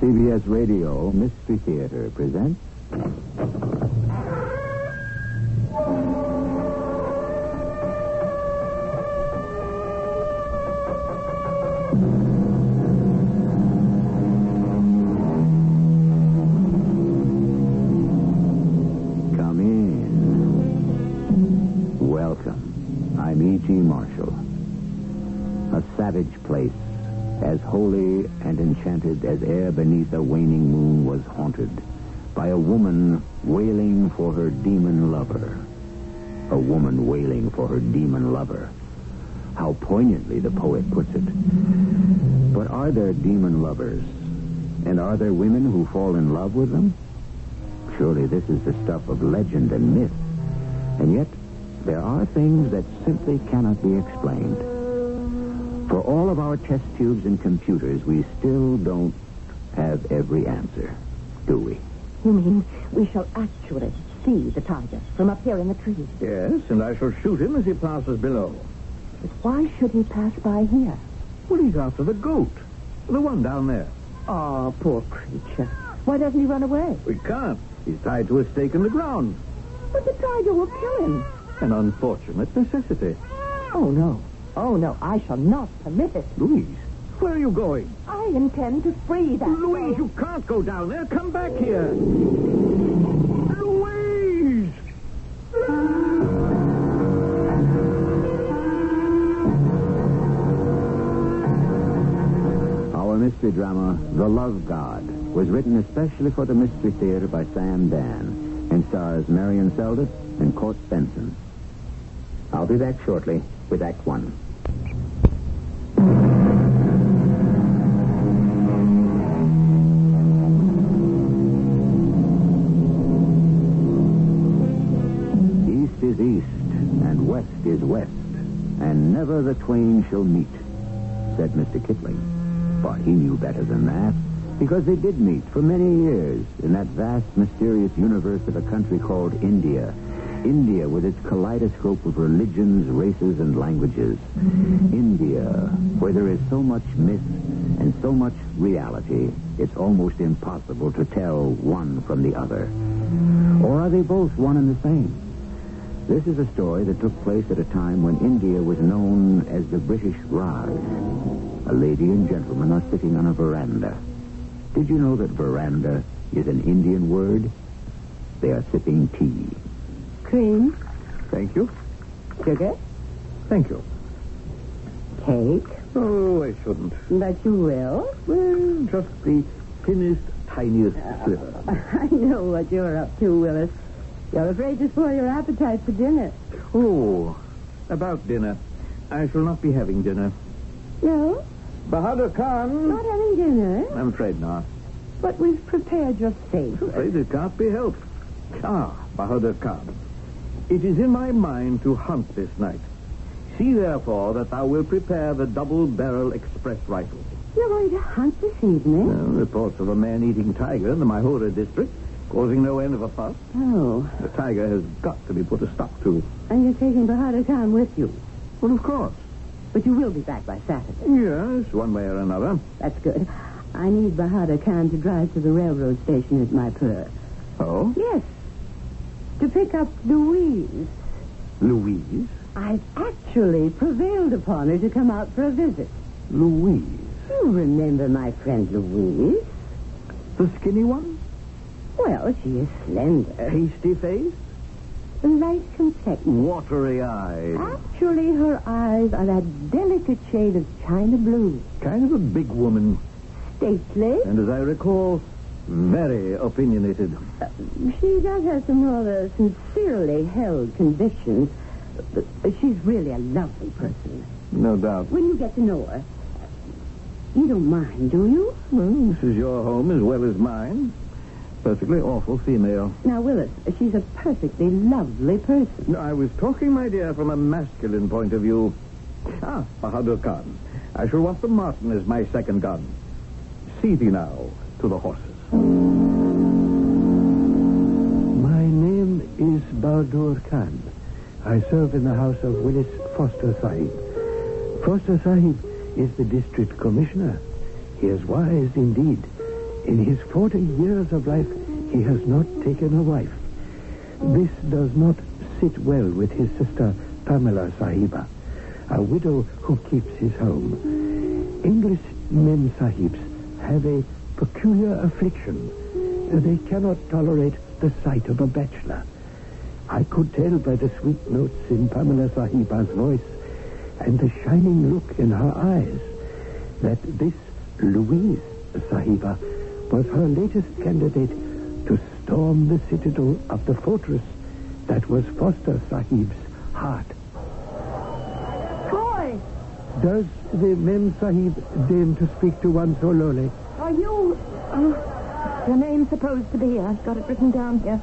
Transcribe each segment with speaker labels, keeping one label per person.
Speaker 1: CBS Radio Mystery Theater presents. Come in. Welcome. I'm E.G. Marshall. A savage place, as holy and enchanted as air beneath a waning moon was haunted by a woman wailing for her demon lover. A woman wailing for her demon lover. How poignantly the poet puts it. But are there demon lovers? And are there women who fall in love with them? Surely this is the stuff of legend and myth. And yet, there are things that simply cannot be explained. For all of our test tubes and computers, we still don't have every answer, do we?
Speaker 2: You mean we shall actually see the tiger from up here in the trees?
Speaker 3: Yes, and I shall shoot him as he passes below.
Speaker 2: But why should he pass by here?
Speaker 3: Well, he's after the goat. The one down there.
Speaker 2: Ah, poor creature. Why doesn't he run away?
Speaker 3: We can't. He's tied to a stake in the ground.
Speaker 2: But the tiger will kill him.
Speaker 3: An unfortunate necessity.
Speaker 2: Oh, no. Oh, no. I shall not permit it.
Speaker 3: Louise, where are you going?
Speaker 2: I intend to free that.
Speaker 3: Louise, you can't go down there. Come back here. Louise!
Speaker 1: Our mystery drama, The Love God, was written especially for the Mystery Theater by Sam Dan and stars Marion Seldes and Court Benson. I'll be back shortly with Act One. East is east, and west is west, and never the twain shall meet, said Mr. Kipling. But he knew better than that, because they did meet for many years in that vast, mysterious universe of a country called India. India with its kaleidoscope of religions, races, and languages. India, where there is so much myth and so much reality, it's almost impossible to tell one from the other. Or are they both one and the same? This is a story that took place at a time when India was known as the British Raj. A lady and gentleman are sitting on a veranda. Did you know that veranda is an Indian word? They are sipping tea.
Speaker 2: Cream,
Speaker 3: Thank you.
Speaker 2: sugar,
Speaker 3: Thank you.
Speaker 2: cake.
Speaker 3: Oh, I shouldn't.
Speaker 2: But you will.
Speaker 3: Well, just the thinnest, tiniest sliver.
Speaker 2: I know what you're up to, Willis. You're afraid to spoil your appetite for dinner.
Speaker 3: Oh, about dinner. I shall not be having dinner.
Speaker 2: No,
Speaker 3: Bahadur Khan?
Speaker 2: not having dinner.
Speaker 3: I'm afraid not.
Speaker 2: But we've prepared your favorite.
Speaker 3: Afraid it can't be helped. Ah, Bahadur Khan. It is in my mind to hunt this night. See, therefore, that thou wilt prepare the double-barrel express rifle.
Speaker 2: You're going to hunt this evening?
Speaker 3: Well, reports of a man-eating tiger in the Myhora district, causing no end of a fuss.
Speaker 2: Oh,
Speaker 3: The tiger has got to be put a stop to.
Speaker 2: and you're taking Bahadur Khan with you.
Speaker 3: Well, of course.
Speaker 2: But you will be back by Saturday.
Speaker 3: Yes, one way or another.
Speaker 2: That's good. I need Bahadur Khan to drive to the railroad station at my per.
Speaker 3: Oh,
Speaker 2: Yes. To pick up Louise.
Speaker 3: Louise?
Speaker 2: I've actually prevailed upon her to come out for a visit.
Speaker 3: Louise.
Speaker 2: You remember my friend Louise?
Speaker 3: The skinny one?
Speaker 2: Well, she is slender.
Speaker 3: Hasty face?
Speaker 2: Light complexion.
Speaker 3: Watery eyes.
Speaker 2: Actually, her eyes are that delicate shade of china blue.
Speaker 3: Kind of a big woman.
Speaker 2: Stately.
Speaker 3: And as I recall, very opinionated.
Speaker 2: Uh, she does have some rather sincerely held convictions. But she's really a lovely person.
Speaker 3: No doubt.
Speaker 2: When you get to know her, you don't mind, do you?
Speaker 3: Well, this is your home as well as mine. Perfectly awful female.
Speaker 2: Now, Willis, she's a perfectly lovely person.
Speaker 3: No, I was talking, my dear, from a masculine point of view. Ah, Bahadur Khan. I shall want the Martin as my second gun. See thee now to the horses.
Speaker 4: My name is Baldur Khan. I serve in the house of Willis Foster Sahib. Foster Sahib is the district commissioner. He is wise indeed.
Speaker 3: In his 40 years of life, he has not taken a wife. This does not sit well with his sister, Pamela Sahiba, a widow who keeps his home. English men sahibs have a peculiar affliction. They cannot tolerate the sight of a bachelor. I could tell by the sweet notes in Pamela Sahiba's voice and the shining look in her eyes that this Louise Sahiba was her latest candidate to storm the citadel of the fortress that was Foster Sahib's heart.
Speaker 2: Troy,
Speaker 3: Does the Mem Sahib deign to speak to one so lowly?
Speaker 2: are you... Oh, your name's supposed to be. I've got it written down here.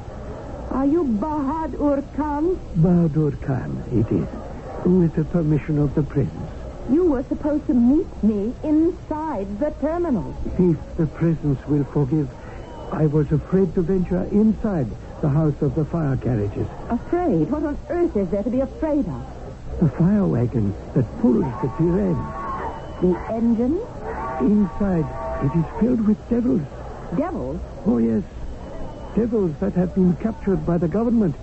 Speaker 2: Are you Bahadur Khan?
Speaker 3: Bahadur Khan, it is, with the permission of the prince.
Speaker 2: You were supposed to meet me inside the terminal.
Speaker 3: If the presence will forgive, I was afraid to venture inside the house of the fire carriages.
Speaker 2: Afraid? What on earth is there to be afraid of?
Speaker 3: The fire wagon that pulls the terrain.
Speaker 2: The engine?
Speaker 3: Inside, it is filled with devils.
Speaker 2: Devils?
Speaker 3: Oh, yes. Devils that have been captured by the government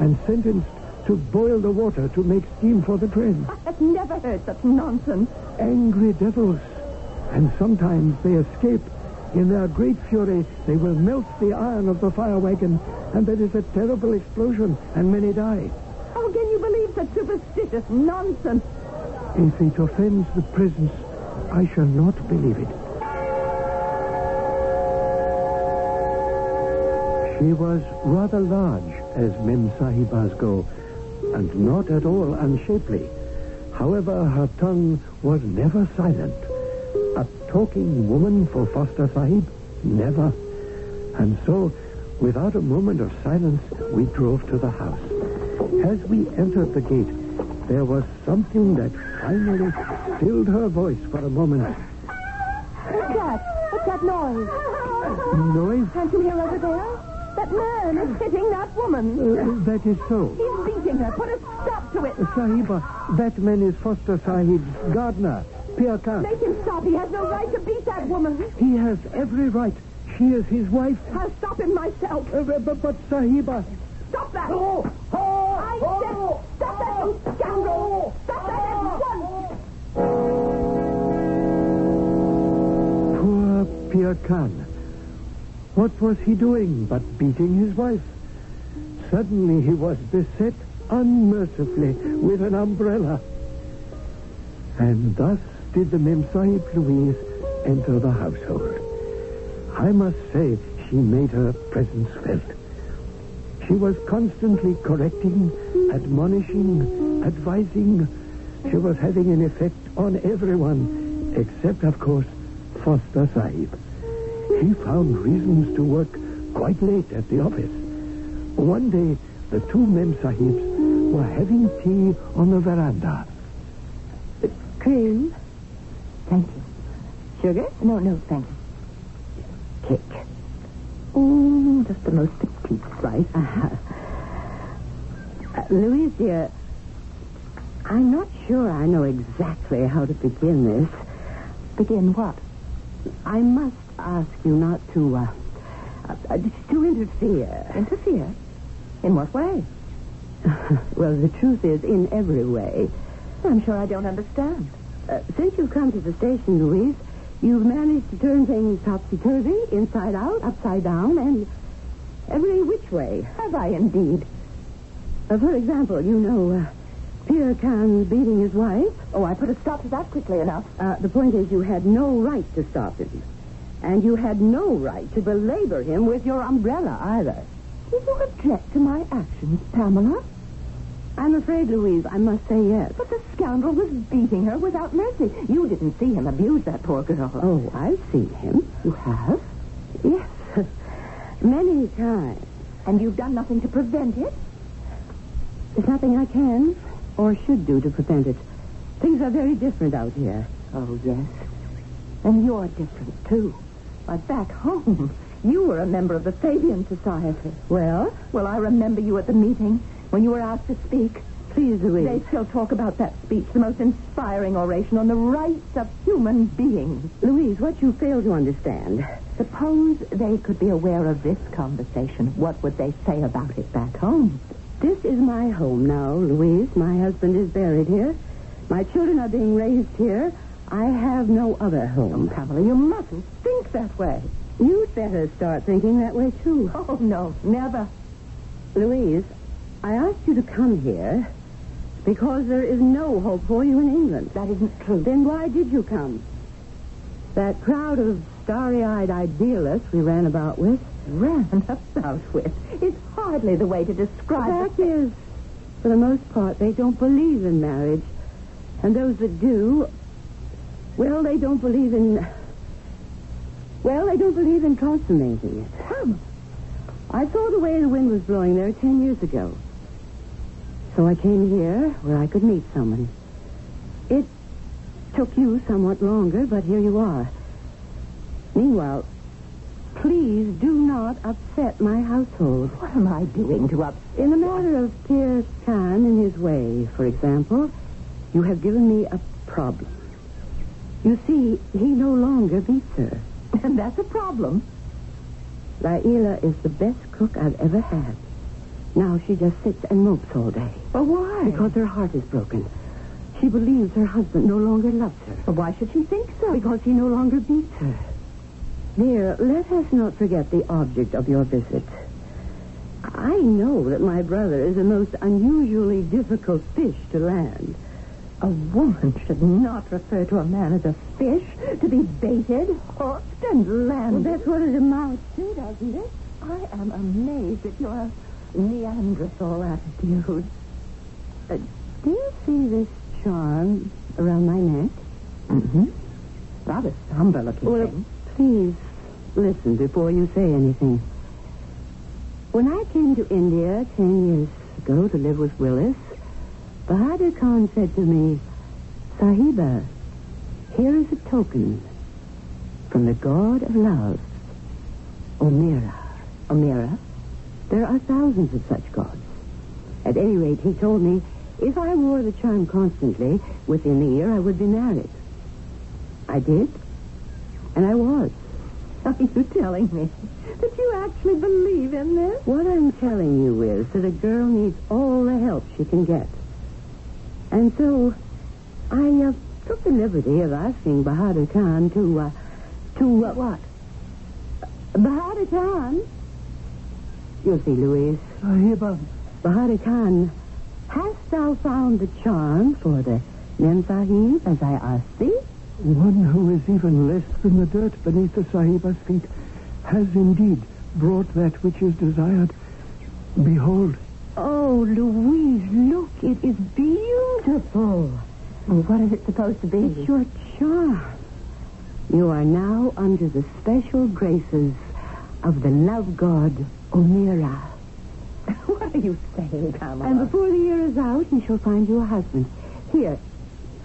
Speaker 3: and sentenced to boil the water to make steam for the train.
Speaker 2: I've never heard such nonsense.
Speaker 3: Angry devils. And sometimes they escape. In their great fury, they will melt the iron of the fire wagon, and there is a terrible explosion, and many die.
Speaker 2: How can you believe such superstitious nonsense?
Speaker 3: If it offends the presence, I shall not believe it. She was rather large as Mem Sahibas go, and not at all unshapely. However, her tongue was never silent. A talking woman for Foster Sahib? Never. And so, without a moment of silence, we drove to the house. As we entered the gate, there was something that finally filled her voice for a moment.
Speaker 2: What's that? What's that noise?
Speaker 3: Noise?
Speaker 2: Can't you hear over there? That man is hitting that
Speaker 3: Uh,
Speaker 2: woman.
Speaker 3: that is so.
Speaker 2: He's beating her. Put a stop to it.
Speaker 3: Sahiba, that man is Foster Sahib's gardener, Pir Khan.
Speaker 2: Make him stop. He has no right to beat that woman.
Speaker 3: He has every right. She is his wife.
Speaker 2: I'll stop him myself.
Speaker 3: Uh, but, but- but Sahiba,
Speaker 2: Stop that. Oh, oh, I said stop that, you scoundrel. Stop that at once.
Speaker 3: poor Pir Khan. What was he doing but beating his wife? Suddenly he was beset unmercifully with an umbrella. And thus did the Mem Sahib Louise enter the household. I must say she made her presence felt. She was constantly correcting, admonishing, advising. She was having an effect on everyone, except, of course, Foster Sahib. He found reasons to work quite late at the office. One day, the two Mem Sahibs were having tea on the veranda.
Speaker 2: Cream? Thank you. Sugar? No, no, thank you. Cake. Oh, just the most petite slice. Uh-huh. Uh, Louise, dear, I'm not sure I know exactly how to begin this. Begin what? I must ask you not to, uh, uh, uh, to interfere. Interfere? In what way? well, the truth is, in every way. I'm sure I don't understand. Uh, since you've come to the station, Louise, you've managed to turn things topsy-turvy, inside out, upside down, and every which way. Have I indeed? Uh, for example, you know, uh, Pierre Khan's beating his wife. Oh, I put a stop to that quickly enough. Uh, the point is, you had no right to stop him. And you had no right to belabor him with your umbrella either. Did you object to my actions, Pamela? I'm afraid, Louise, I must say yes. But the scoundrel was beating her without mercy. You didn't see him abuse that poor girl. Oh, I've seen him. You have? Yes. Many times. And you've done nothing to prevent it? There's nothing I can or should do to prevent it. Things are very different out here. Oh, yes. And you're different, too. Why, back home, you were a member of the Fabian Society. Well? Well, I remember you at the meeting when you were asked to speak. Please, Louise. They still talk about that speech, the most inspiring oration on the rights of human beings. Louise, what you fail to understand
Speaker 5: Suppose they could be aware of this conversation. What would they say about it back home?
Speaker 2: This is my home now, Louise. My husband is buried here. My children are being raised here. I have no other home.
Speaker 5: Pamela, you mustn't think that way.
Speaker 2: You'd better start thinking that way, too.
Speaker 5: Oh, no, never.
Speaker 2: Louise, I asked you to come here because there is no hope for you in England.
Speaker 5: That isn't true.
Speaker 2: Then why did you come? That crowd of starry-eyed idealists we ran about with.
Speaker 5: Ran about with is hardly the way to describe
Speaker 2: The
Speaker 5: it.
Speaker 2: fact is, for the most part, they don't believe in marriage. And those that do, well, they don't believe in. Well, they don't believe in consummating it. I saw the way the wind was blowing there ten years ago. So I came here where I could meet someone. It took you somewhat longer, but here you are. Meanwhile, please do not upset my household.
Speaker 5: What am I doing to upset?
Speaker 2: In the matter of Pierce Khan and his way, for example, you have given me a problem. You see, he no longer beats her.
Speaker 5: And that's a problem.
Speaker 2: Laila is the best cook I've ever had. Now she just sits and mopes all day
Speaker 5: But why?
Speaker 2: because her heart is broken. She believes her husband no longer loves her.
Speaker 5: But why should she think so?
Speaker 2: Because he no longer beats her. Dear, let us not forget the object of your visit. I know that my brother is a most unusually difficult fish to land.
Speaker 5: A woman should not refer to a man as a fish to be baited, hooked, and landed.
Speaker 2: that's what it amounts to,
Speaker 5: doesn't it? I am amazed at your Neanderthal attitude. Uh,
Speaker 2: Do you see this charm around my neck?
Speaker 5: Mm-hmm. Rather somber looking
Speaker 2: Well,
Speaker 5: thing.
Speaker 2: please listen before you say anything. When I came to India ten years ago to live with Willis, Bahadur Khan said to me, Sahiba, here is a token from the god of love, Omira.
Speaker 5: Amira?
Speaker 2: There are thousands of such gods. At any rate, he told me if I wore the charm constantly, within the year I would be married. I did, and I was.
Speaker 5: Are you telling me that you actually believe in this?
Speaker 2: What I'm telling you is that a girl needs all the help she can get. And so I uh, took the liberty of asking Bahadur Khan to, uh, to, uh, what? Bahadur Khan? You see, Louise,
Speaker 3: Sahiba,
Speaker 2: Bahadur Khan, hast thou found the charm for the Nim Sahib as I asked thee?
Speaker 3: one who is even less than the dirt beneath the Sahiba's feet, has indeed brought that which is desired. Behold,
Speaker 5: Oh, Louise, look, it is beautiful. Well, what is it supposed to be?
Speaker 2: It's your charm. You are now under the special graces of the love god Omira.
Speaker 5: what are you saying, Pamela?
Speaker 2: And before the year is out, he shall find you a husband. Here,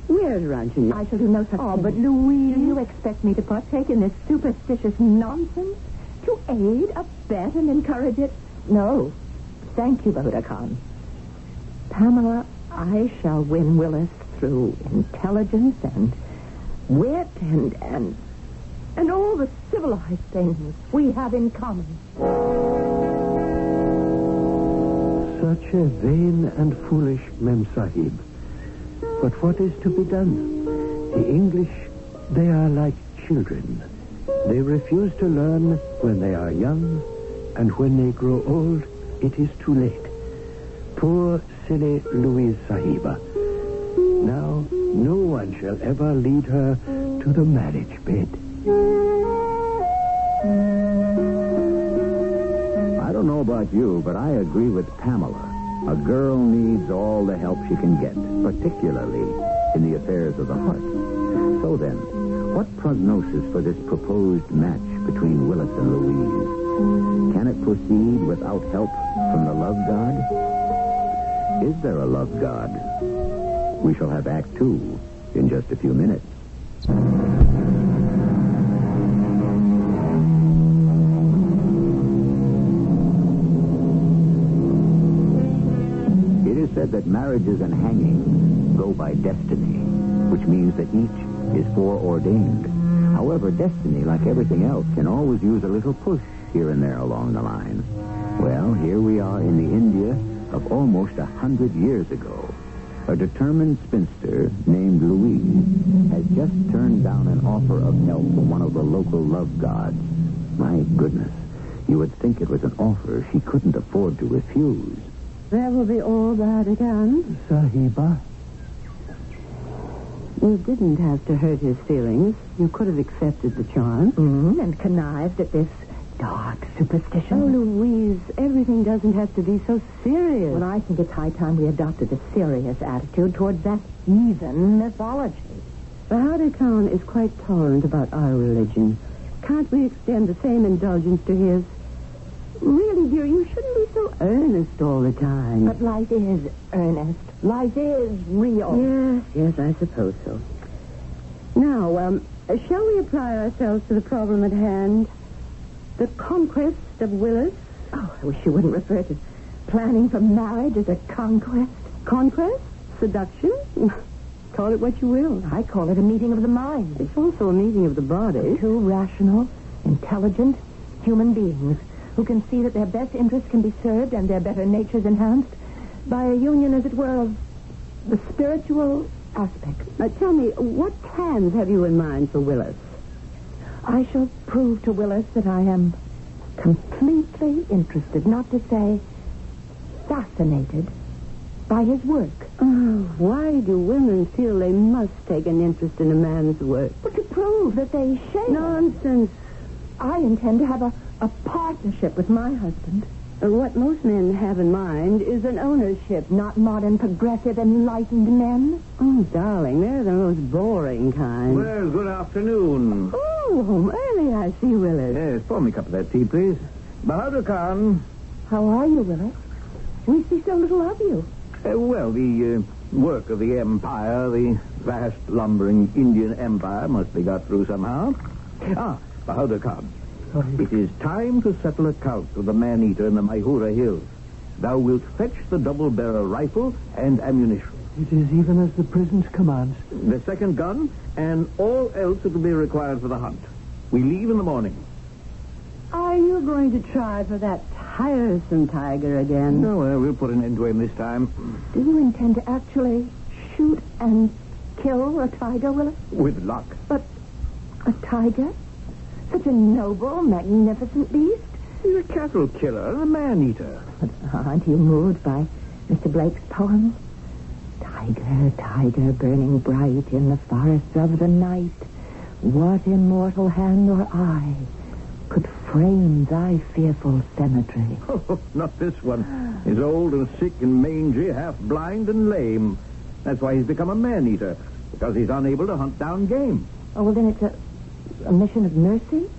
Speaker 2: where's Ranjan?
Speaker 5: I shall do no such
Speaker 2: Oh,
Speaker 5: thing.
Speaker 2: but
Speaker 5: Louise... Do you expect me to partake in this superstitious nonsense? To aid, abet, and encourage it? No. Thank you, Bahuda Khan. Pamela, I shall win Willis through intelligence and wit and, and, and all the civilized things we have in common.
Speaker 3: such a vain and foolish Mem Sahib. But what is to be done? The English, they are like children. They refuse to learn when they are young, and when they grow old, it is too late. Poor, silly Louise Sahiba. Now, no one shall ever lead her to the marriage bed.
Speaker 1: I don't know about you, but I agree with Pamela. A girl needs all the help she can get, particularly in the affairs of the heart. So then, what prognosis for this proposed match between Willis and Louise? Can it proceed without help from the love god? Is there a love god? We shall have Act Two in just a few minutes. It is said that marriages and hangings go by destiny, which means that each is foreordained. However, destiny, like everything else, can always use a little push here and there along the line. Well, here we are in the India of almost a hundred years ago. A determined spinster named Louise has just turned down an offer of help from one of the local love gods. My goodness, you would think it was an offer she couldn't afford to refuse.
Speaker 2: There will be all that again.
Speaker 3: Sahiba?
Speaker 2: You didn't have to hurt his feelings. You could have accepted the charm.
Speaker 5: Mm, and connived at this dark
Speaker 2: Mm-hmm. Oh,
Speaker 5: superstition.
Speaker 2: Louise, everything doesn't have to be so serious.
Speaker 5: Well, I think it's high time we adopted a serious attitude toward that heathen mythology.
Speaker 2: The Howder Khan is quite tolerant about our religion. Can't we extend the same indulgence to his? Really, dear, you shouldn't be so earnest all the time.
Speaker 5: But life is earnest. Life is real.
Speaker 2: yes, yes, I suppose so. Now, um, shall we apply ourselves to the problem at hand? The conquest of Willis?
Speaker 5: Oh, I wish you wouldn't refer to planning for marriage as a conquest.
Speaker 2: Conquest? Seduction? Call it what you will.
Speaker 5: I call it a meeting of the minds.
Speaker 2: It's also a meeting of the body.
Speaker 5: Two rational, intelligent human beings who can see that their best interests can be served and their better natures enhanced by a union, as it were, of the spiritual aspect.
Speaker 2: Now, tell me, what plans have you in mind for Willis?
Speaker 5: I shall prove to Willis that I am completely interested, not to say fascinated, by his work.
Speaker 2: Oh, why do women feel they must take an interest in a man's work?
Speaker 5: But to prove that they share.
Speaker 2: Nonsense.
Speaker 5: I intend to have a, a partnership with my husband.
Speaker 2: Uh, What most men have in mind is an ownership.
Speaker 5: Not modern, progressive, enlightened men.
Speaker 2: Oh, darling, they're the most boring kind.
Speaker 6: Well, good afternoon.
Speaker 2: Oh, home early, I see, Willis.
Speaker 6: Yes, pour me a cup of that tea, please. Bahadur Khan.
Speaker 5: How are you, Willis? We see so little of you.
Speaker 6: Uh, well, the uh, work of the empire, the vast lumbering Indian empire, must be got through somehow. Ah, Bahadur Khan. It is time to settle account with the man-eater in the Maihura Hills. Thou wilt fetch the double-barrel rifle and ammunition.
Speaker 3: It is even as the prison's commands.
Speaker 6: the second gun, and all else that will be required for the hunt. We leave in the morning.
Speaker 2: Are you going to try for that tiresome tiger again?
Speaker 6: No, well, we'll put an end to him this time.
Speaker 5: Do you intend to actually shoot and kill a tiger, Willis?
Speaker 6: With luck.
Speaker 5: A tiger? Such a noble, magnificent beast.
Speaker 6: He's a cattle killer and a man-eater.
Speaker 5: Ah, Aren't you moved by Mr. Blake's poem? Tiger, tiger, burning bright in the forests of the night, what immortal hand or eye could frame thy fearful cemetery?
Speaker 3: Oh,
Speaker 6: Not this one. He's old and sick and mangy, half blind and lame. That's why he's become a man-eater, because he's unable to hunt down game.
Speaker 5: Oh, well, then it's a, a mission of mercy?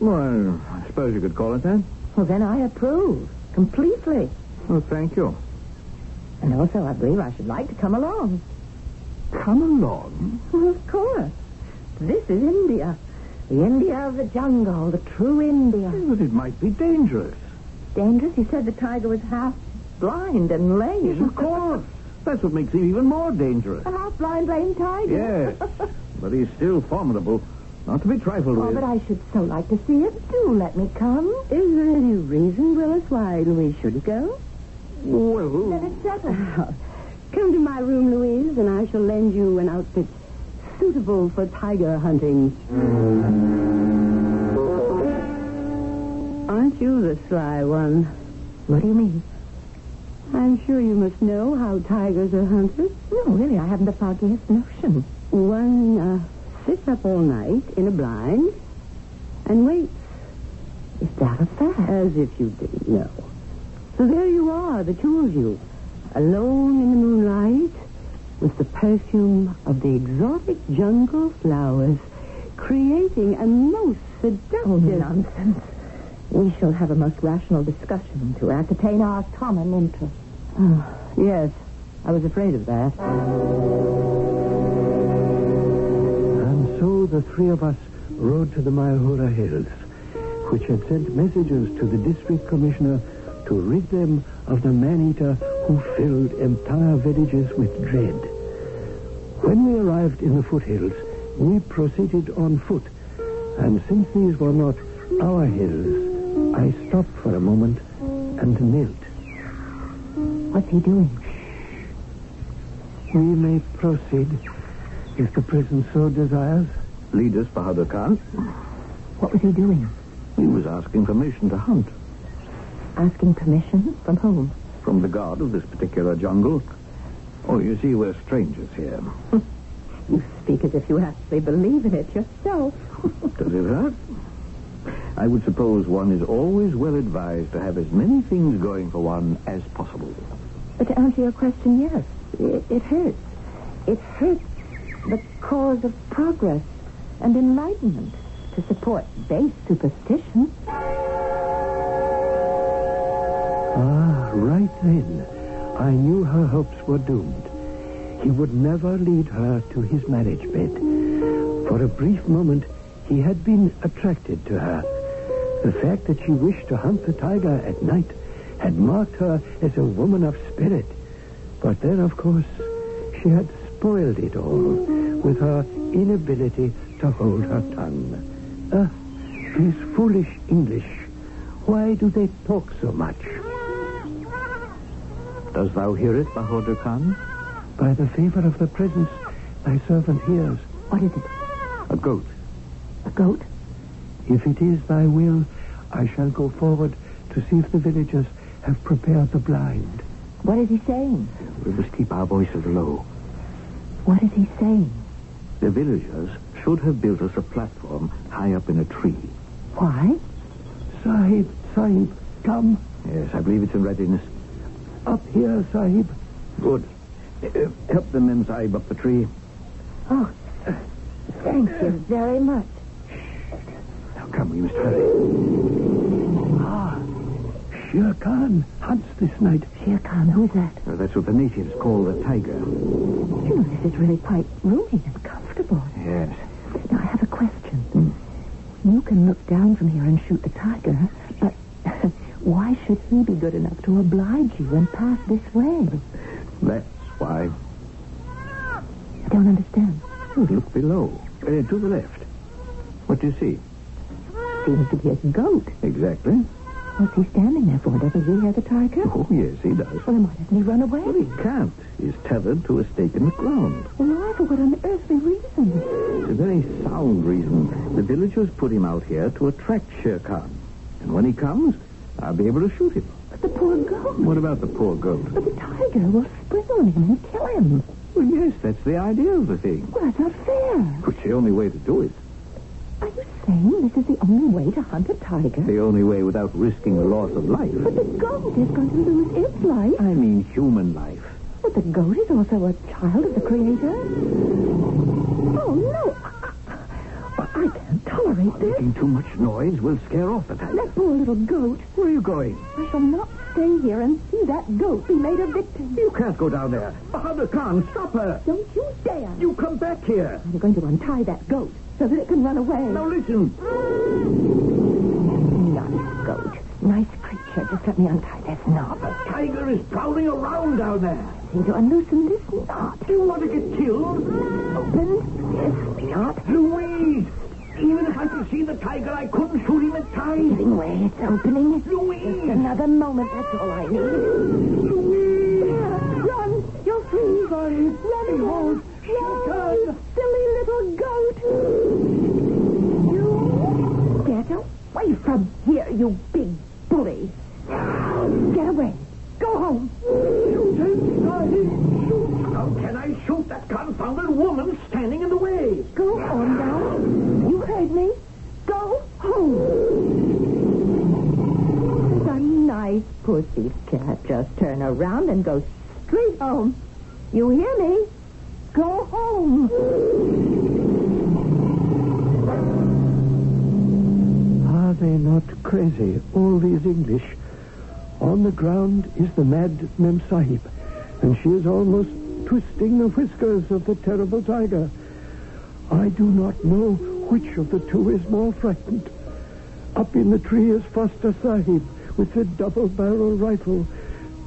Speaker 6: Well, I suppose you could call it that.
Speaker 5: Well, then I approve completely.
Speaker 6: Well, thank you.
Speaker 5: And also, I believe I should like to come along.
Speaker 6: Come along.
Speaker 5: Well, of course. This is India. The India of the jungle, the true India.
Speaker 6: But it might be dangerous.
Speaker 5: Dangerous? He said the tiger was half blind and lame.
Speaker 6: Of course. That's what makes him even more dangerous.
Speaker 5: A half blind lame tiger?
Speaker 6: Yes, but he's still formidable. Not to be trifled
Speaker 5: Oh,
Speaker 6: with.
Speaker 5: but I should so like to see it. Do let me come.
Speaker 2: Is there any reason, Willis, why Louise should go?
Speaker 5: Then
Speaker 6: Well,
Speaker 5: it's settled.
Speaker 2: Come to my room, Louise, and I shall lend you an outfit suitable for tiger hunting. Aren't you the sly one?
Speaker 5: What do you mean?
Speaker 2: I'm sure you must know how tigers are hunted.
Speaker 5: No, really, I haven't the foggiest notion.
Speaker 2: One uh, sits up all night in a blind and waits
Speaker 5: Is that a fact?
Speaker 2: as if you didn't know. So there you are, the two of you, alone in the moonlight with the perfume of the exotic jungle flowers, creating a most seductive...
Speaker 5: Oh, nonsense. We shall have a most rational discussion to ascertain our common interest.
Speaker 2: Yes, I was afraid of that.
Speaker 3: And so the three of us rode to the Mayahura Hills, which had sent messengers to the district commissioner to rid them of the man-eater who filled entire villages with dread. When we arrived in the foothills, we proceeded on foot, And since these were not our hills, I stopped for a moment and knelt.
Speaker 5: What's he doing?
Speaker 3: We may proceed if the prison so desires.
Speaker 1: Lead us, Bahadur Khan.
Speaker 5: What was he doing?
Speaker 1: He was asking permission to hunt
Speaker 5: Asking permission from whom?
Speaker 1: from the guard of this particular jungle. Oh, you see, we're strangers here.
Speaker 5: You speak as if you actually believe in it yourself.
Speaker 1: Does it hurt? I would suppose one is always well advised to have as many things going for one as possible.
Speaker 5: But to answer your question, yes, it, it hurts. It hurts the cause of progress and enlightenment to support base superstition.
Speaker 3: Ah, right then, I knew her hopes were doomed. He would never lead her to his marriage bed. For a brief moment, he had been attracted to her. The fact that she wished to hunt the tiger at night had marked her as a woman of spirit. But then, of course, she had spoiled it all with her inability to hold her tongue. Ah, these foolish English. Why do they talk so much?
Speaker 1: Dost thou hear it, Bahadur Khan?
Speaker 3: By the favor of the presence, thy servant hears.
Speaker 5: What is it?
Speaker 1: A goat.
Speaker 5: A goat?
Speaker 3: If it is thy will, I shall go forward to see if the villagers have prepared the blind.
Speaker 5: What is he saying?
Speaker 1: We must keep our voices low.
Speaker 5: What is he saying?
Speaker 1: The villagers should have built us a platform high up in a tree.
Speaker 5: Why?
Speaker 3: Sahib, Sahib, come
Speaker 1: Yes, I believe it's in readiness.
Speaker 3: up here, Sahib.
Speaker 1: Good. Uh, help the Mem Sahib up the tree.
Speaker 5: Oh, thank you very much.
Speaker 1: Now come, we must hurry.
Speaker 3: Ah, Shere Khan hunts this night.
Speaker 5: Shere Khan, who is that?
Speaker 1: Uh, that's what the natives call the tiger.
Speaker 5: You know, this is really quite roomy and comfortable.
Speaker 1: Yes.
Speaker 5: Now, I have a question. You can look down from here and shoot the tiger, but why should he be good enough to oblige you and pass this way?
Speaker 1: That's why.
Speaker 5: I don't understand.
Speaker 1: Oh, look below. Uh, to the left. What do you see?
Speaker 5: Seems to be a goat.
Speaker 1: Exactly.
Speaker 5: What's he standing there for? Doesn't he hear the tiger? Well,
Speaker 1: Oh, yes, he does.
Speaker 5: then why doesn't he run away?
Speaker 1: Well, he can't. He's tethered to a stake in the ground.
Speaker 5: Well, why? For what unearthly reason?
Speaker 1: It's a very sound reason. The villagers put him out here to attract Shere Khan. And when he comes, I'll be able to shoot him.
Speaker 5: But the poor goat.
Speaker 1: What about the poor goat?
Speaker 5: But the tiger will spring on him and kill him.
Speaker 1: Well, yes, that's the idea of the thing.
Speaker 5: Well, that's not fair.
Speaker 1: It's the only way to do it.
Speaker 5: Are you saying this is the only way to hunt a tiger?
Speaker 1: The only way without risking the loss of life.
Speaker 5: But the goat is going to lose its life.
Speaker 1: I mean human life.
Speaker 5: But the goat is also a child of the Creator. Oh, no. I, I, I can't tolerate this.
Speaker 1: Making too much noise will scare off the tiger.
Speaker 5: That poor little goat.
Speaker 1: Where are you going?
Speaker 5: I shall not stay here and see that goat be made a victim.
Speaker 1: You can't go down there. Bahadur Khan, stop her.
Speaker 5: Don't you dare.
Speaker 1: You come back here.
Speaker 5: You're going to untie that goat so that it can run away.
Speaker 1: Now listen.
Speaker 5: Nice goat. Nice creature. Just let me untie this knob.
Speaker 1: The tiger is prowling around down there.
Speaker 5: I seem to unloosen this knot.
Speaker 1: Do you want to get killed?
Speaker 5: Open this knot.
Speaker 1: Louise! Even if I could see the tiger, I couldn't shoot him in time.
Speaker 5: Giving way. It's opening. Just
Speaker 1: Louise!
Speaker 5: another moment. That's all I need. Run! You're free! Run! Behold! Run! Silly little goat! You get away from here, you big bully! Get away! Go home!
Speaker 1: How can I shoot that confounded woman standing in the way?
Speaker 5: Go on now! You heard me! Go home! It's a nice pussy cat. Just turn around and go straight home. You hear me? Go home!
Speaker 3: Are they not crazy, all these English? On the ground is the mad Mem Sahib, and she is almost twisting the whiskers of the terrible tiger. I do not know which of the two is more frightened. Up in the tree is Foster Sahib with the double barrel rifle,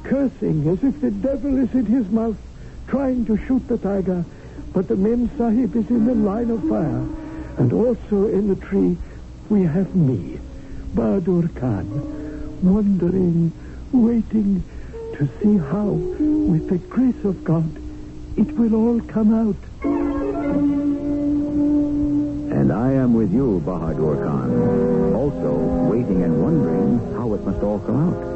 Speaker 3: cursing as if the devil is in his mouth, trying to shoot the tiger. But the Mem Sahib is in the line of fire. And also in the tree, we have me, Bahadur Khan, wandering, waiting to see how, with the grace of God, it will all come out.
Speaker 1: And I am with you, Bahadur Khan, also waiting and wondering how it must all come out.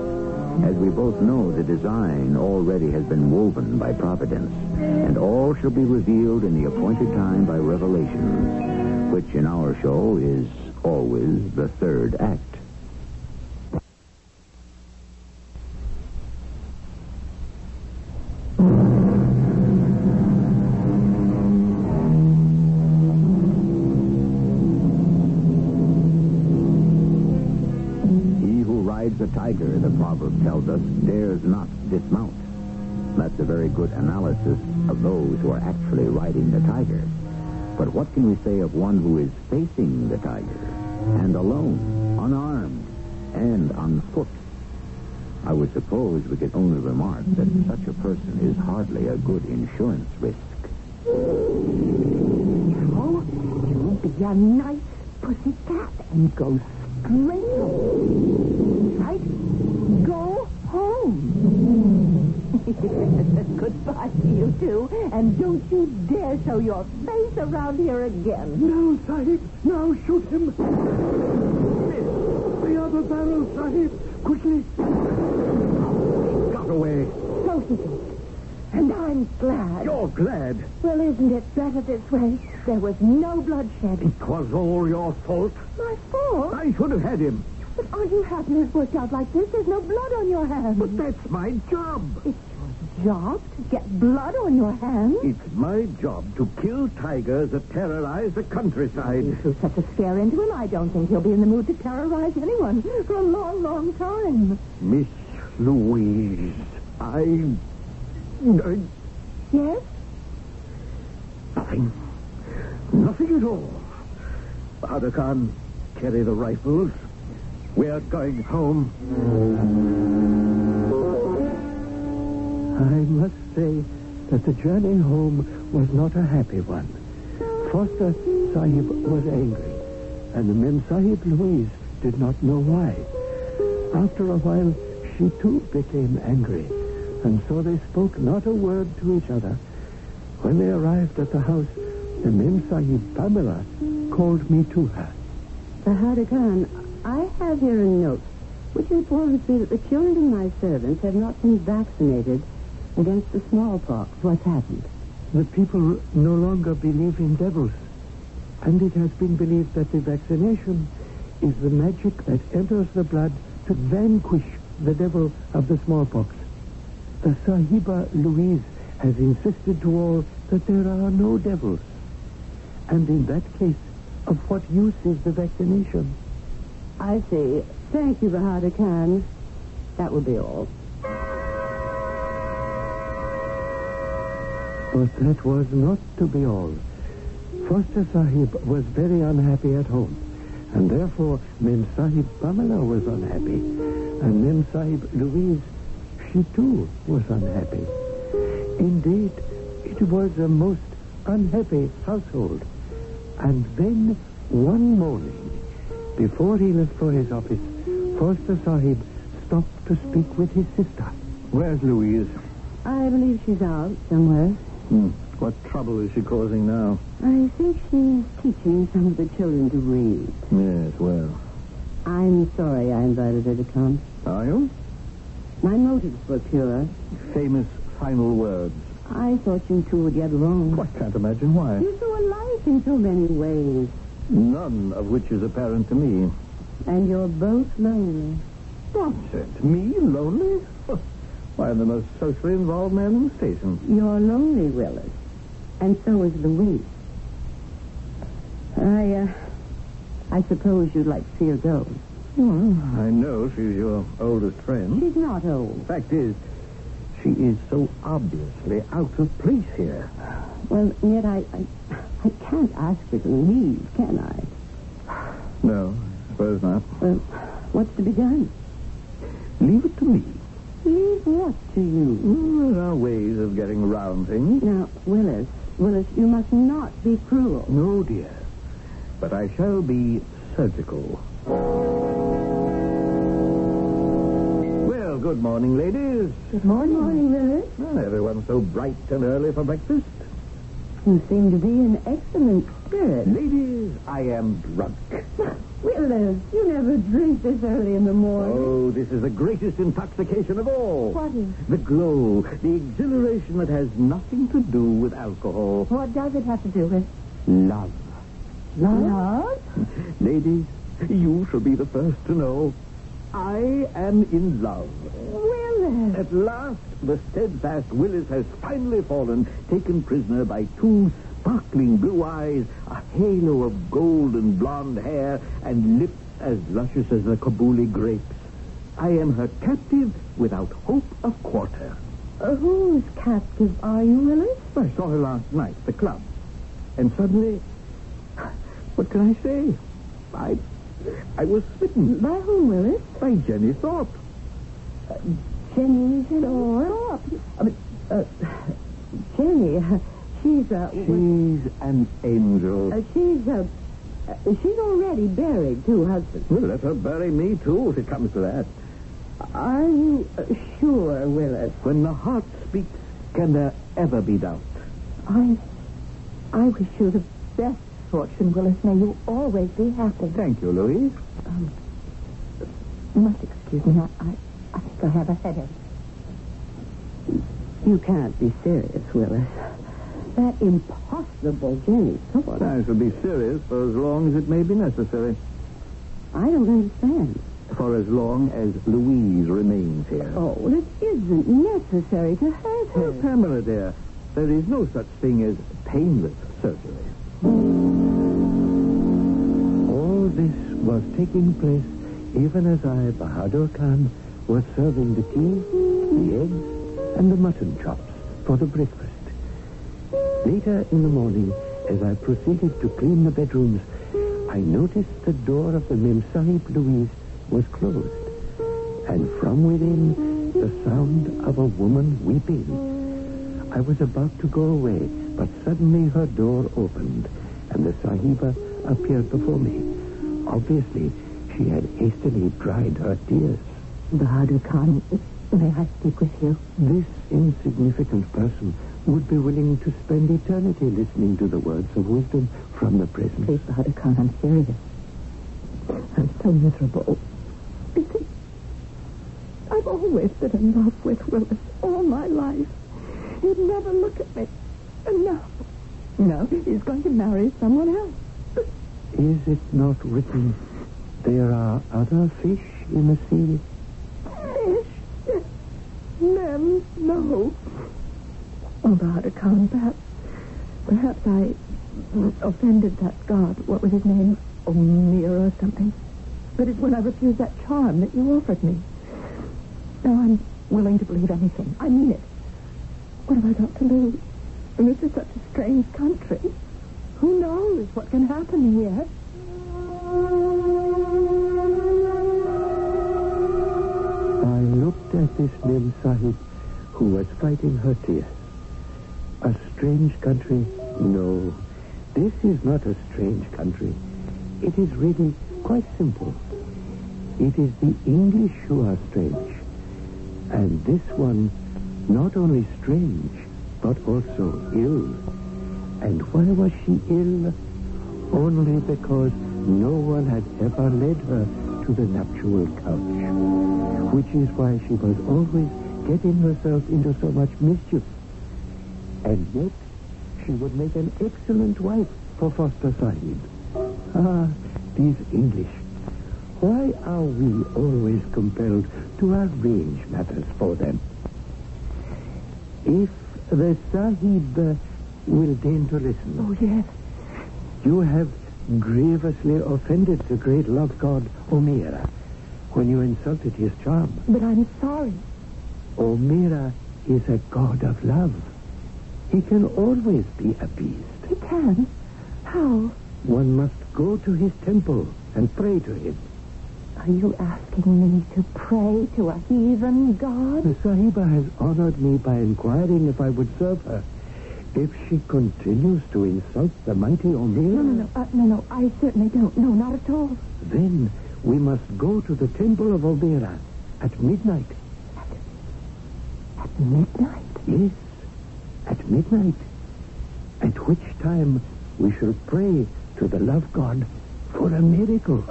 Speaker 1: As we both know, the design already has been woven by Providence, and all shall be revealed in the appointed time by Revelations, which in our show is always the third act. He who rides a tiger, the proverb tells us, dares not dismount. That's a very good analysis of those who are actually riding the tiger. But what can we say of one who is facing the tiger, and alone, unarmed, and on foot? I would suppose we could only remark that such a person is hardly a good insurance risk.
Speaker 5: Oh, you'll be a nice pussy cat and go straight home. Right? Go home. Goodbye to you two, and don't you dare show your face around here again.
Speaker 3: Now, Sahib, now shoot him. Miss, the other barrel, Sahib, quickly.
Speaker 6: Got away.
Speaker 5: So he did. And I'm glad.
Speaker 6: You're glad.
Speaker 5: Well, isn't it better this way? There was no bloodshed.
Speaker 6: It was all your fault.
Speaker 5: My fault?
Speaker 6: I should have had him.
Speaker 5: But aren't you happy it's worked out like this? There's no blood on your hands.
Speaker 6: But that's my job.
Speaker 5: It's your job to get blood on your hands.
Speaker 6: It's my job to kill tigers that terrorize the countryside.
Speaker 5: You threw such a scare into him, I don't think he'll be in the mood to terrorize anyone for a long, long time.
Speaker 6: Miss Louise, I. I.
Speaker 5: Yes?
Speaker 6: Nothing. Nothing at all. Father Khan, carry the rifles. We're going home.
Speaker 3: I must say that the journey home was not a happy one. Foster Sahib was angry, and the Mem Sahib Louise did not know why. After a while, she too became angry, and so they spoke not a word to each other. When they arrived at the house, the Mem Sahib Pamela called me to her.
Speaker 2: Bahadur Khan, I have here a note which informs me that the children of my servants have not been vaccinated against the smallpox. What's happened?
Speaker 3: The people no longer believe in devils, and it has been believed that the vaccination is the magic that enters the blood to vanquish the devil of the smallpox. The Sahiba Louise has insisted to all that there are no devils. And in that case, of what use is the vaccination?
Speaker 2: I see. Thank you, Bahadur Khan. That will be all.
Speaker 3: But that was not to be all. Foster Sahib was very unhappy at home, and therefore Mem Sahib Pamela was unhappy, and Mem Sahib Louise, she too was unhappy. Indeed, it was a most unhappy household. And then one morning, before he left for his office, Foster Sahib stopped to speak with his sister.
Speaker 6: Where's Louise?
Speaker 2: I believe she's out somewhere.
Speaker 6: Hmm. What trouble is she causing now?
Speaker 2: I think she's teaching some of the children to read.
Speaker 6: Yes, well.
Speaker 2: I'm sorry I invited her to come.
Speaker 6: Are you?
Speaker 2: My motives were pure.
Speaker 6: Famous final words.
Speaker 2: I thought you two would get along.
Speaker 6: I can't imagine why.
Speaker 2: You're so alike in so many ways,
Speaker 6: None of which is apparent to me.
Speaker 2: and you're both lonely.
Speaker 6: Nonsense. Me lonely? why, I'm the most socially involved man in the station.
Speaker 2: You're lonely, Willis, and so is Louise. I, uh, I suppose you'd like to see her go.
Speaker 6: I know she's your oldest friend.
Speaker 2: She's not old.
Speaker 6: Fact is, she is so obviously out of place here.
Speaker 2: Well, yet I, I, I can't ask her to leave, can I?
Speaker 6: No, I suppose not.
Speaker 2: Well, what's to be done?
Speaker 6: Leave it to me.
Speaker 2: Leave what to you?
Speaker 6: Mm, There are ways of getting round things.
Speaker 2: Now, Willis, Willis, you must not be cruel.
Speaker 6: No, Oh, dear.
Speaker 1: but I shall be surgical. Well, good morning, ladies.
Speaker 5: Good morning.
Speaker 2: Morning, Lewis.
Speaker 1: Well, everyone's so bright and early for breakfast.
Speaker 2: You seem to be in excellent spirits.
Speaker 1: Ladies, I am drunk.
Speaker 2: Willis, you never drink this early in the morning.
Speaker 1: Oh, this is the greatest intoxication of all.
Speaker 5: What is?
Speaker 1: The glow, the exhilaration that has nothing to do with alcohol.
Speaker 5: What does it have to do with?
Speaker 1: Love.
Speaker 5: Love?
Speaker 1: Ladies, you shall be the first to know. I am in love.
Speaker 5: Willis.
Speaker 1: At last, the steadfast Willis has finally fallen, taken prisoner by two sparkling blue eyes, a halo of gold and blonde hair, and lips as luscious as the Kabuli grapes. I am her captive without hope of quarter.
Speaker 5: Uh, whose captive are you, Willis?
Speaker 1: I saw her last night, the club. And suddenly, what can I say? I, I was smitten
Speaker 5: By whom, Willis?
Speaker 1: by Jenny Thorpe.
Speaker 5: Jenny
Speaker 2: Or, I mean, uh, Jenny, she's a.
Speaker 1: She's an angel.
Speaker 2: Uh, she's uh, uh, she's already buried two husbands.
Speaker 1: Well, let her bury me, too, if it comes to that.
Speaker 2: Are you uh, sure, Willis?
Speaker 1: When the heart speaks, can there ever be doubt?
Speaker 5: I, I wish you the best fortune, Willis. May you always be happy.
Speaker 1: Thank you, Louise.
Speaker 5: You must excuse me. I, I, I think I have a headache.
Speaker 2: You can't be serious, Willis. That impossible Jenny Thorpe.
Speaker 1: I shall be serious for as long as it may be necessary.
Speaker 2: I don't understand.
Speaker 1: For as long as Louise remains here.
Speaker 2: Oh, it isn't necessary to hurt
Speaker 1: Oh,
Speaker 2: her.
Speaker 1: Pamela, dear, there is no such thing as painless surgery.
Speaker 3: All this was taking place even as I, Bahadur Khan, was serving the tea, the eggs, and the mutton chops for the breakfast. Later in the morning, as I proceeded to clean the bedrooms, I noticed the door of the Memsahib Louise was closed, and from within, the sound of a woman weeping. I was about to go away, but suddenly her door opened, and the Sahiba appeared before me. Obviously, she had hastily dried her tears.
Speaker 5: Bahadur Khan, may I speak with you?
Speaker 3: This insignificant person would be willing to spend eternity listening to the words of wisdom from the presence.
Speaker 5: Please, Bahadur Khan, I'm serious. I'm so miserable. You see, I've always been in love with Willis all my life. He'd never look at me. And now, now he's going to marry someone else.
Speaker 3: Is it not written, there are other fish in the sea?
Speaker 5: Fish? Mem, no. Oh, Bahadur Khan, perhaps, perhaps I offended that god. What was his name? Omir or something. But it's when I refused that charm that you offered me. Now I'm willing to believe anything. I mean it. What have I got to lose? And this is such a strange country. Who knows what can happen here? Oh,
Speaker 3: I looked at this Mem Sahib who was fighting her tears. A strange country? No. This is not a strange country. It is really quite simple. It is the English who are strange. And this one, not only strange, but also ill. And why was she ill? Only because no one had ever led her to the nuptial couch which is why she was always getting herself into so much mischief. And yet, she would make an excellent wife for Foster Sahib. Ah, these English. Why are we always compelled to arrange matters for them? If the Sahib uh, will deign to listen.
Speaker 5: Oh, yes.
Speaker 3: You have grievously offended the great love god Omira when you insulted his charm.
Speaker 5: But I'm sorry.
Speaker 3: Omira is a god of love. He can always be appeased.
Speaker 5: He can. How?
Speaker 3: One must go to his temple and pray to him.
Speaker 5: Are you asking me to pray to a heathen god?
Speaker 3: The Sahiba has honored me by inquiring if I would serve her. If she continues to insult the mighty Omega,
Speaker 5: No, no, no. Uh, no, no. I certainly don't. No, not at all.
Speaker 3: then we must go to the temple of Omera at midnight.
Speaker 5: At midnight?
Speaker 3: Yes, at midnight. At which time we shall pray to the love god for a miracle.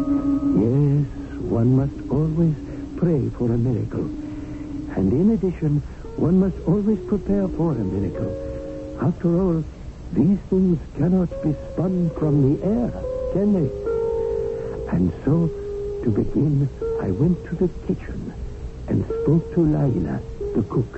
Speaker 3: Yes, one must always pray for a miracle. And in addition, one must always prepare for a miracle. After all, these things cannot be spun from the air, can they? And so, to begin, I went to the kitchen and spoke to Laila, the cook,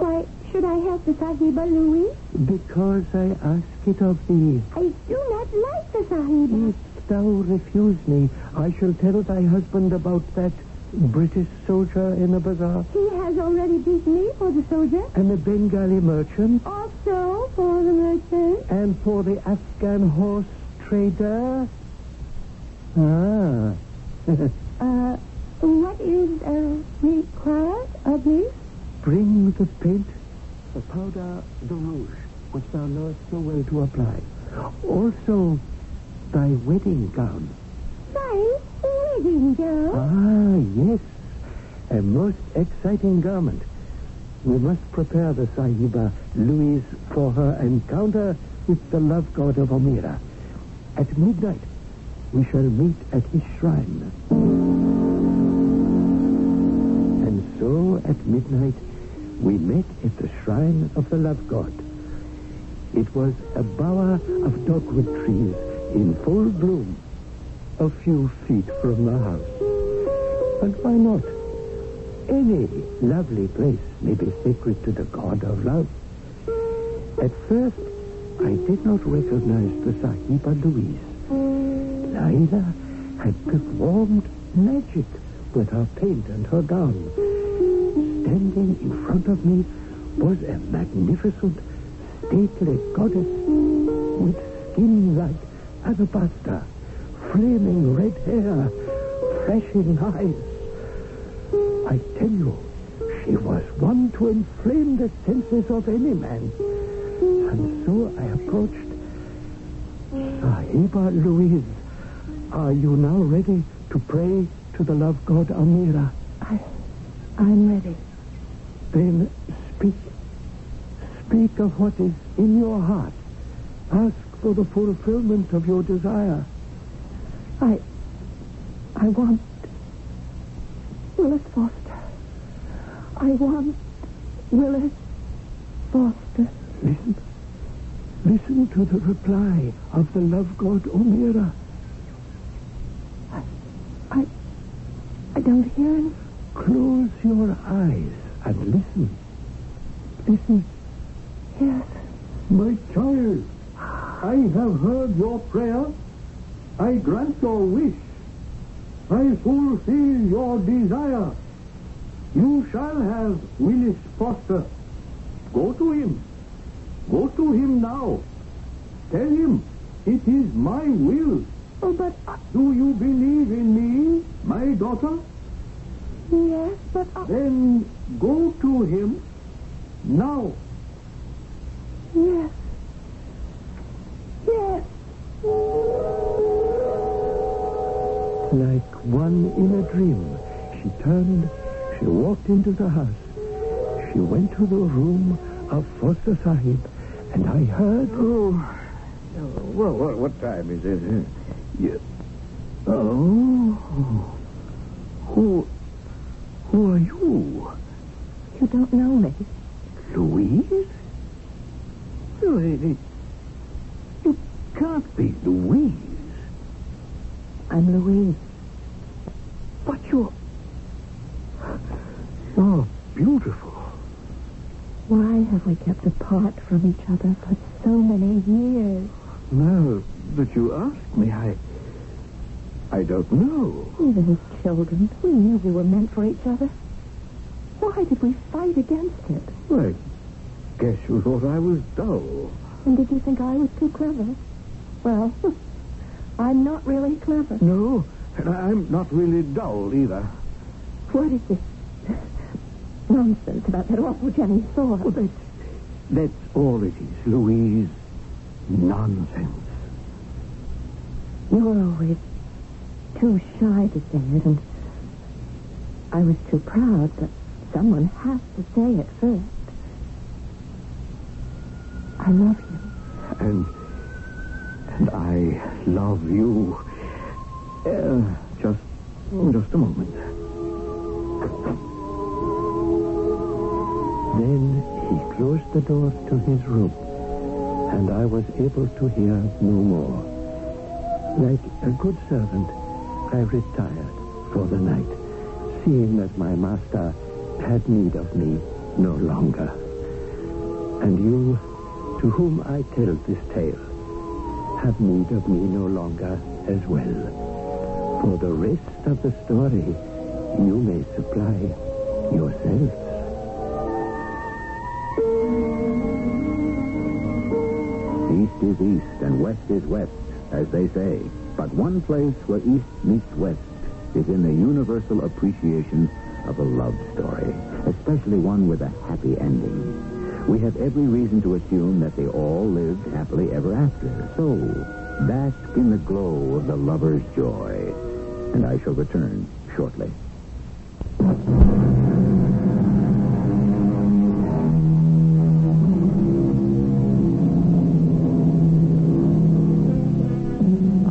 Speaker 7: Why should I help the Sahiba, Louis?
Speaker 3: because I asked it of thee.
Speaker 7: I do not like the Sahiba.
Speaker 5: Mm.
Speaker 3: If thou refuse me, I shall tell thy husband about that British soldier in the bazaar
Speaker 7: He has already beat me for the soldier,
Speaker 3: and the Bengali merchant
Speaker 7: also for the merchant.
Speaker 3: and for the Afghan horse trader. Ah.
Speaker 7: Uh, what is uh, required of me?
Speaker 3: Bring the paint, the powder, the rouge, which thou knowest so well to apply. Also, thy wedding gown.
Speaker 7: My wedding gown.
Speaker 3: Ah, yes. A most exciting garment. We must prepare the Sahiba Louise for her encounter with the love god of Omira. At midnight, we shall meet at his shrine. And so, at midnight, we met at the shrine of the love god. It was a bower of dogwood trees in full bloom, a few feet from the house. And why not? Any lovely place may be sacred to the god of love. At first, I did not recognize the Sahiba Louise. Laila had performed magic with her paint and her gown. Standing in front of me was a magnificent, stately goddess with skin like alabaster, flaming red hair, flashing eyes. I tell you, she was one to inflame the senses of any man. And so I approached. Sahiba Louise, are you now ready to pray to the love god Amira?
Speaker 5: I'm ready.
Speaker 3: Then speak. Speak of what is in your heart. Ask for the fulfillment of your desire.
Speaker 5: I. I want. Willis Foster. I want Willis Foster.
Speaker 3: Listen. Listen to the reply of the love god Omira.
Speaker 5: I. I don't hear him.
Speaker 3: Close your eyes and listen. Listen.
Speaker 5: Yes.
Speaker 3: My child, I have heard your prayer. I grant your wish. I fulfill your desire. You shall have Willis Foster. Go to him. Go to him now. Tell him it is my will.
Speaker 5: Oh, but I,
Speaker 3: Do you believe in me, my daughter?
Speaker 5: yes, but oh, I,
Speaker 3: Then go to him now.
Speaker 5: yes. Yes.
Speaker 3: Like one in a dream, she turned, she walked into the house. She went to the room of Foster Sahib, and I heard.
Speaker 6: Oh, well, what, what time is it? You, oh, who, who are you,
Speaker 5: You don't know me.
Speaker 6: Louise? You, it- it- you can't be Louise.
Speaker 5: I'm Louise.
Speaker 6: But you're, you're Oh, beautiful.
Speaker 5: Why have we kept apart from each other for so many years?
Speaker 6: Now that you ask me, I, I don't know.
Speaker 5: Even as children, we knew we were meant for each other. Why did we fight against it?
Speaker 6: I guess you thought I was dull.
Speaker 5: And did you think I was too clever? Well, I'm not really clever.
Speaker 6: No, and I'm not really dull either.
Speaker 5: What is it? nonsense about that awful Jenny Saw.
Speaker 8: Well, that's, that's all it is, Louise. Nonsense.
Speaker 5: You were always too shy to say it, and I was too proud, but someone has to say it first. I love you.
Speaker 8: And, and I love you. Uh, just, just a moment.
Speaker 9: Then he closed the door to his room, and I was able to hear no more. Like a good servant, I retired for the night, seeing that my master had need of me no longer. And you, to whom I tell this tale, have need of me no longer as well. For the rest of the story, you may supply yourselves.
Speaker 3: East is east and west is west, as they say. But one place where east meets west is in the universal appreciation of a love story, especially one with a happy ending. We have every reason to assume that they all lived happily ever after. So, bask in the glow of the lover's joy. And I shall return shortly.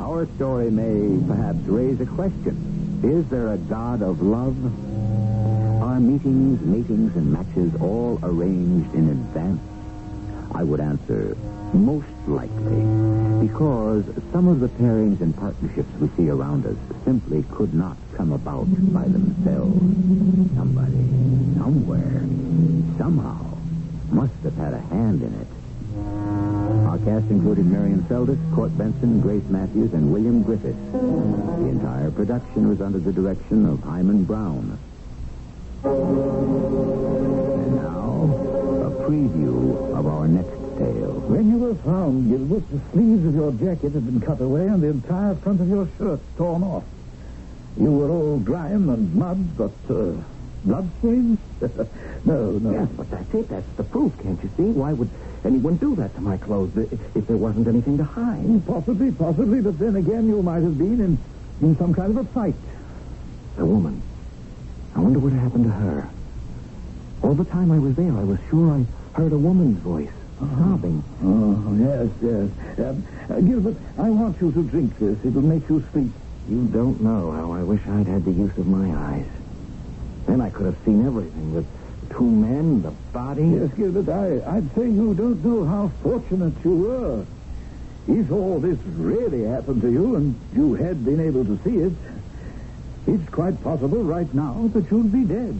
Speaker 3: Our story may perhaps raise a question. Is there a God of love? Are meetings, matings, and matches all arranged in advance? I would answer, most likely, because some of the pairings and partnerships we see around us simply could not come about by themselves. Somebody, somewhere, somehow, must have had a hand in it. Our cast included Marion Seldes, Court Benson, Grace Matthews, and William Griffiths. The entire production was under the direction of Hyman Brown. And now, a preview of our next tale.
Speaker 8: When you were found, Gilbert, the sleeves of your jacket had been cut away and the entire front of your shirt torn off. You were all grime and mud, but uh, blood stains? no, no.
Speaker 1: Yes, but that's it. That's the proof, can't you see? Why would anyone do that to my clothes i- if there wasn't anything to hide?
Speaker 8: Possibly, possibly, but then again, you might have been in, in some kind of a fight.
Speaker 1: The woman. I wonder what happened to her. All the time I was there, I was sure I heard a woman's voice sobbing.
Speaker 8: Oh, yes, yes. Um, uh, Gilbert, I want you to drink this. It'll make you sleep.
Speaker 1: You don't know how I wish I'd had the use of my eyes. Then I could have seen everything. The two men, the body.
Speaker 8: Yes, Gilbert, I, I'd say you don't know how fortunate you were. If all this really happened to you and you had been able to see it, it's quite possible right now that you'd be dead.